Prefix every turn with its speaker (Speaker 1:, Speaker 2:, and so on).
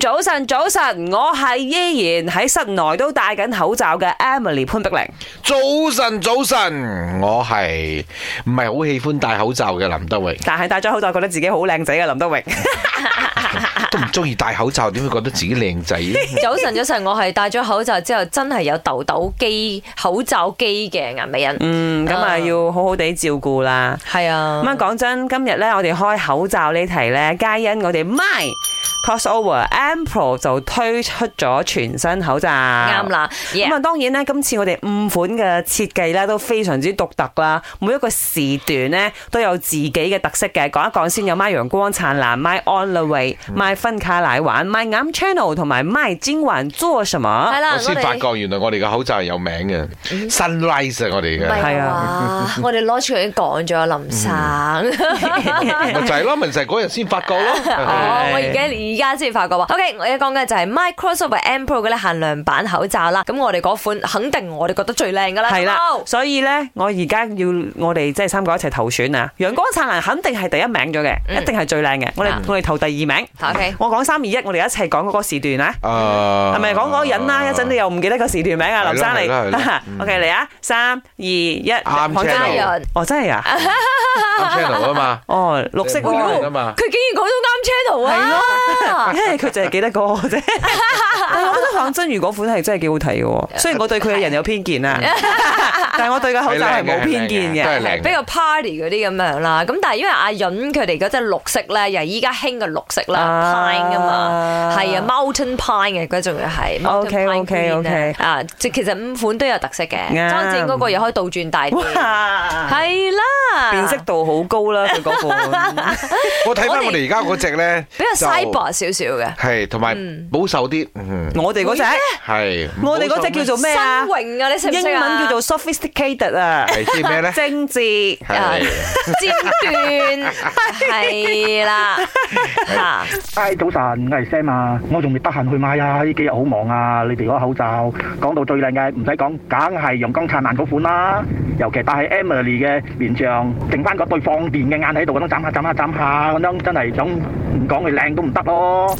Speaker 1: 早晨，早晨，我係依然喺室內都戴緊口罩嘅 Emily 潘碧玲。
Speaker 2: 早晨，早晨，我係唔係好喜歡戴口罩嘅林德榮，
Speaker 1: 但係戴咗口罩，覺得自己好靚仔嘅林德榮。
Speaker 2: 都唔中意戴口罩，點會覺得自己靚仔呢？
Speaker 3: 早晨，早晨，我係戴咗口罩之後，真係有痘痘肌、口罩肌嘅顏美人。
Speaker 1: 嗯， 咁啊
Speaker 3: 啊
Speaker 1: 要好好地照顧啦。
Speaker 3: 係啊
Speaker 1: 咁，啊講真，今日咧我哋開口罩呢題咧，皆因我哋 My Crossover M Pro 就推出咗全新口罩。
Speaker 3: 啱
Speaker 1: 啱。
Speaker 3: 啦。
Speaker 1: 咁
Speaker 3: Yeah
Speaker 1: 啊，當然咧，今次我哋五款嘅設計咧都非常之獨特啦，每一個時段咧都有自己嘅特色嘅。講一講先，有 My 陽光燦爛、My On The Way、My
Speaker 3: 嗯
Speaker 1: 分卡奶玩、My 啱 Channel 同埋 My 今晚做什麼
Speaker 3: 係。啦，
Speaker 2: 我先發
Speaker 3: 哋啊
Speaker 2: 覺原來我哋嘅口罩係有名嘅，Sunrise 啊我哋
Speaker 3: 唔係
Speaker 2: 嘅，
Speaker 1: 係
Speaker 3: 啊，我哋攞出嚟已經講咗啊林生。
Speaker 1: 嗯
Speaker 2: 咪就係咯，咪就係嗰日先發覺咯。
Speaker 3: 哦，我而家而家先發覺話，OK，我而家講嘅就係 Microsoft M Pro 嘅咧限量版口罩啦。咁我哋嗰款肯定我哋覺得最靚噶啦。
Speaker 1: 係啦
Speaker 3: 好，
Speaker 1: 所以咧，我而家要我哋即係三個一齊投選啊！陽光燦爛肯定係第一名咗嘅，
Speaker 3: 嗯
Speaker 1: 一定係最靚嘅。我哋
Speaker 3: 啊
Speaker 1: 我哋投第二名。
Speaker 3: ，OK，
Speaker 1: 我講三二一，我哋一齊講嗰個時段啊！
Speaker 2: 誒
Speaker 1: 係咪講嗰個人啊啦？一陣你又唔記得個時段名啊，
Speaker 2: Ờ. 係咯
Speaker 1: 林生你
Speaker 2: 係咯係咯。嗯
Speaker 1: OK 嚟啊，三二一，
Speaker 2: 啱
Speaker 1: 講真
Speaker 2: channel
Speaker 3: 嘉潤
Speaker 1: 哦，真係啊！
Speaker 2: 啱 channel 啊嘛，
Speaker 1: 哦，綠色
Speaker 2: 你 唔記得啊 嘛。
Speaker 3: 佢竟然講到啱 channel 啊！
Speaker 1: 因為佢就係記得嗰 個啫。但係我覺得黃真如嗰款係真係幾好 睇嘅喎，雖然我對佢嘅人有偏 見啦，但係我對個口罩係冇偏見嘅。
Speaker 2: 係靚嘅係靚嘅真係靚
Speaker 3: 比較 party 嗰啲咁樣啦，咁但係因為阿潤佢哋嗰隻綠色咧，又係依家興嘅綠色啦，pine 啊嘛，係啊，mountain pine 嘅嗰種又係 mountain
Speaker 1: OK，
Speaker 3: pine
Speaker 1: OK，
Speaker 3: green 啊
Speaker 1: OK
Speaker 3: 啊，即其實五款都有特色嘅，
Speaker 1: 啱
Speaker 3: 裝正嗰個又可以倒轉大啲，
Speaker 1: 哇，
Speaker 3: 係 啦，
Speaker 1: 辨識度好高啦，佢 嗰款。
Speaker 2: 我睇翻
Speaker 3: 我哋
Speaker 2: 我哋而家嗰只咧，
Speaker 3: 比較
Speaker 2: 就
Speaker 3: cyber 少少嘅，
Speaker 2: 係同埋保守啲， 嗯
Speaker 1: 我哋嗰只，
Speaker 2: 係。
Speaker 1: 我哋嗰只叫做咩啊
Speaker 3: 新？穎啊，你識唔
Speaker 1: 英
Speaker 3: 識啊？
Speaker 1: 文叫做 sophisticated 啊，
Speaker 2: 係知 咩咧？
Speaker 1: 精緻。
Speaker 2: 係
Speaker 3: 尖端，係啦，嚇。
Speaker 4: 嗨，早晨，我係 Sam 啊，我仲未得閒去買啊，呢幾日好忙啊。你哋嗰個口罩講到最靚嘅，唔使講，梗係陽光燦爛嗰款啦。尤其戴喺 Emily 嘅面上，剩翻嗰對放電嘅眼喺度，咁樣眨下眨下眨下，咁樣真係想唔講佢靚都唔得咯。